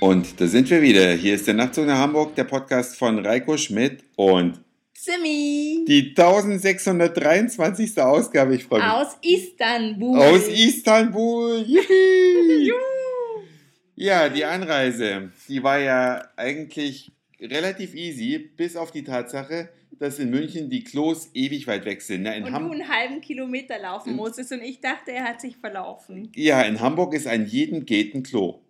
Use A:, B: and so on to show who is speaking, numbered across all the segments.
A: Und da sind wir wieder. Hier ist der Nachtzug nach Hamburg, der Podcast von Reiko Schmidt und
B: Simi
A: die 1623. Ausgabe. Ich freue mich.
B: aus Istanbul.
A: Aus Istanbul. Juhu.
B: Juhu.
A: ja, die Anreise, die war ja eigentlich relativ easy, bis auf die Tatsache, dass in München die Klos ewig weit weg sind. Na, in
B: Und
A: Ham-
B: du einen halben Kilometer laufen
A: Mhm.
B: musstest und ich dachte, er hat sich verlaufen.
A: ja, in Hamburg ist an jedem Gate ein Klo.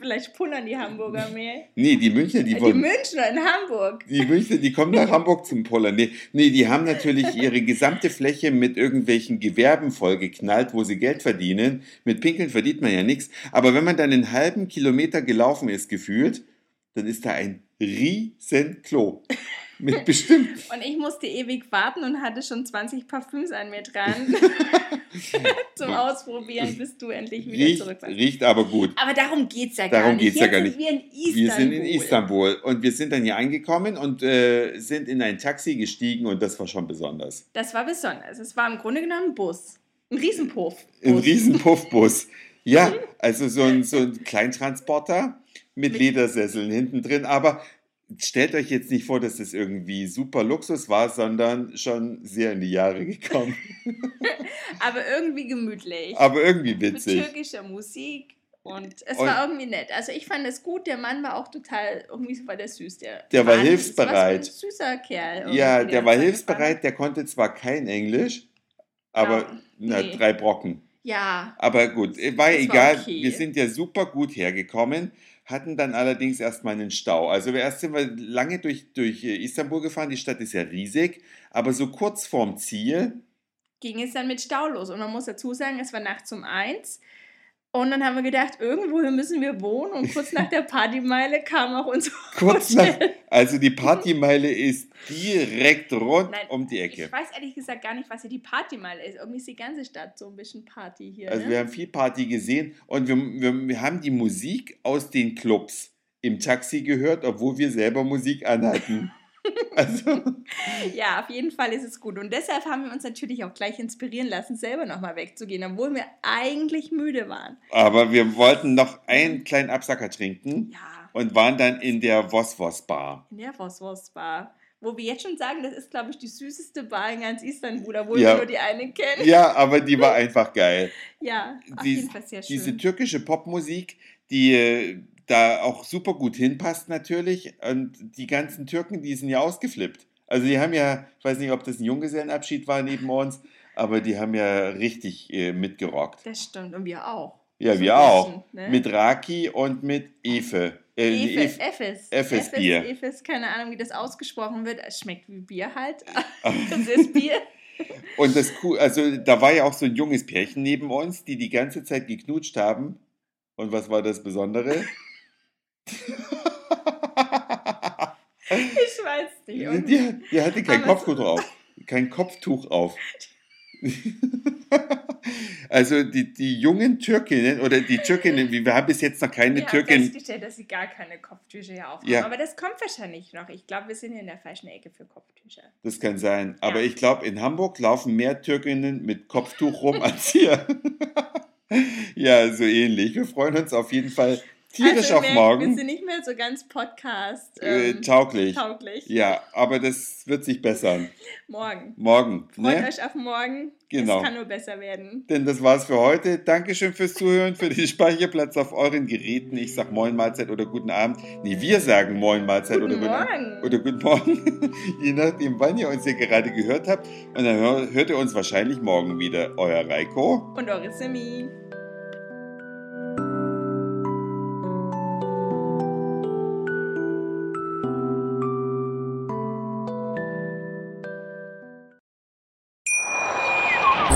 B: Vielleicht pullern die Hamburger mehr. Äh,
A: Nee, die Münchner, die
B: Die,
A: wollen.
B: Münchner in Hamburg.
A: Die Münchner, die kommen nach Hamburg zum Pollern. Nee, nee, die haben natürlich ihre gesamte Fläche mit irgendwelchen Gewerben vollgeknallt, wo sie Geld verdienen. Mit Pinkeln verdient man ja nichts. Aber wenn man dann einen halben Kilometer gelaufen ist, gefühlt, dann ist da ein riesen Klo. Mit bestimmt.
B: Und ich musste ewig warten und hatte schon 20 Parfüms an mir dran zum Ausprobieren, bis du endlich wieder
A: Riecht,
B: zurück warst.
A: riecht aber gut.
B: Aber darum geht es ja
A: Darum
B: gar
A: geht's
B: nicht.
A: ja
B: Jetzt
A: gar nicht.
B: sind Wir, in Istanbul.
A: Wir sind in Istanbul und wir sind dann hier angekommen und äh, sind in ein Taxi gestiegen und das war schon besonders.
B: Das war besonders. Es war im Grunde genommen ein Bus. Ein Riesenpuff.
A: Ein riesen Puffbus. Ja, also so ein, so ein Kleintransporter mit Ledersesseln hinten drin. Aber stellt euch jetzt nicht vor, dass das irgendwie super Luxus war, sondern schon sehr in die Jahre gekommen.
B: Aber irgendwie gemütlich.
A: Aber irgendwie
B: mit
A: witzig.
B: türkischer Musik. Und es
A: Und-
B: war irgendwie nett. Also ich fand es gut, der Mann war auch total, irgendwie war der süß. Der,
A: Der war
B: Mann ist
A: hilfsbereit.
B: Was für ein süßer Kerl. irgendwie,
A: Ja, der war
B: uns
A: hilfsbereit, der konnte zwar kein Englisch, aber
B: Ja,
A: na,
B: nee.
A: drei Brocken.
B: Ja,
A: Aber gut, äh, war ja
B: Das war
A: egal.
B: okay.
A: Wir sind ja super gut hergekommen, hatten dann allerdings erstmal einen Stau. Also wir erst sind wir lange durch, durch äh, Istanbul gefahren, die Stadt ist ja riesig, aber so kurz vorm Ziel,
B: ging es dann mit Stau los. Und man muss dazu sagen, es war nachts um eins. Und dann haben wir gedacht, irgendwo hier müssen wir wohnen. Und kurz nach der Partymeile kam auch unser
A: kurz nach,
B: Hotel.
A: also die Partymeile ist direkt rund
B: Nein,
A: um die Ecke.
B: Ich weiß ehrlich gesagt gar nicht, was hier die Partymeile ist. Irgendwie ist die ganze Stadt so ein bisschen Party hier.
A: Also
B: ne?
A: wir haben viel Party gesehen und wir, wir, wir haben die Musik aus den Clubs im Taxi gehört, obwohl wir selber Musik anhatten. Also,
B: Ja, auf jeden Fall ist es gut. Und deshalb haben wir uns natürlich auch gleich inspirieren lassen, selber nochmal wegzugehen, obwohl wir eigentlich müde waren.
A: aber wir wollten noch einen kleinen Absacker trinken.
B: Ja,
A: und waren dann in der Woswos-Bar.
B: in der Vosvos Bar. Wo wir jetzt schon sagen, das ist, glaube ich, die süßeste Bar in ganz Istanbul, obwohl
A: Ja.
B: wir nur die eine kennen.
A: Ja, aber die war einfach geil.
B: Ja, auf
A: Dies-
B: jeden Fall sehr schön.
A: Diese türkische Popmusik, die äh, da auch super gut hinpasst natürlich. Und die ganzen Türken, die sind ja ausgeflippt. Also die haben ja, ich weiß nicht, ob das ein Junggesellenabschied war neben uns, aber die haben ja richtig äh, mitgerockt.
B: das stimmt, und wir auch.
A: Ja,
B: So
A: wir
B: ein
A: auch.
B: bisschen, ne?
A: Mit Raki und mit Efe. Äh, nee,
B: Efes,
A: Efe.
B: Efes.
A: Efes Bier.
B: Efes, keine Ahnung, wie das ausgesprochen wird. Es schmeckt wie Bier halt. Das ist Bier.
A: Und das cool, also da war ja auch so ein junges Pärchen neben uns, die die ganze Zeit geknutscht haben. Und was war das Besondere?
B: Ich weiß nicht. irgendwie.
A: die, die hatte kein
B: Aber
A: Kopftuch auf. Kein Kopftuch auf. also die, die jungen Türkinnen oder die Türkinnen, wir haben bis jetzt noch keine
B: Wir haben
A: Türkin.
B: festgestellt, dass sie gar keine Kopftücher hier aufhaben.
A: Ja.
B: Aber das kommt wahrscheinlich noch. Ich glaube, wir sind hier in der falschen Ecke für Kopftücher.
A: Das kann sein. Aber
B: Ja.
A: ich glaube, in Hamburg laufen mehr Türkinnen mit Kopftuch rum als hier. ja, so ähnlich. Wir freuen uns auf jeden Fall tierisch
B: also,
A: auf
B: merkt, Wir
A: morgen.
B: sind nicht mehr so ganz Podcast
A: Äh,
B: ähm,
A: tauglich.
B: tauglich.
A: Ja, aber das wird sich bessern.
B: Morgen.
A: Morgen.
B: Freut
A: Ne?
B: euch auf morgen.
A: Genau.
B: Es kann nur besser werden.
A: Denn das war's für heute. Dankeschön fürs Zuhören, für den Speicherplatz auf euren Geräten. Ich sag Moin Mahlzeit oder guten Abend. Nee, wir sagen Moin Mahlzeit oder
B: Guten
A: guten Abend.
B: Morgen.
A: Oder guten Morgen. Je nachdem, wann ihr uns hier gerade gehört habt. Und dann hör- hört ihr uns wahrscheinlich morgen wieder. Euer Reiko.
B: Und eure Simi.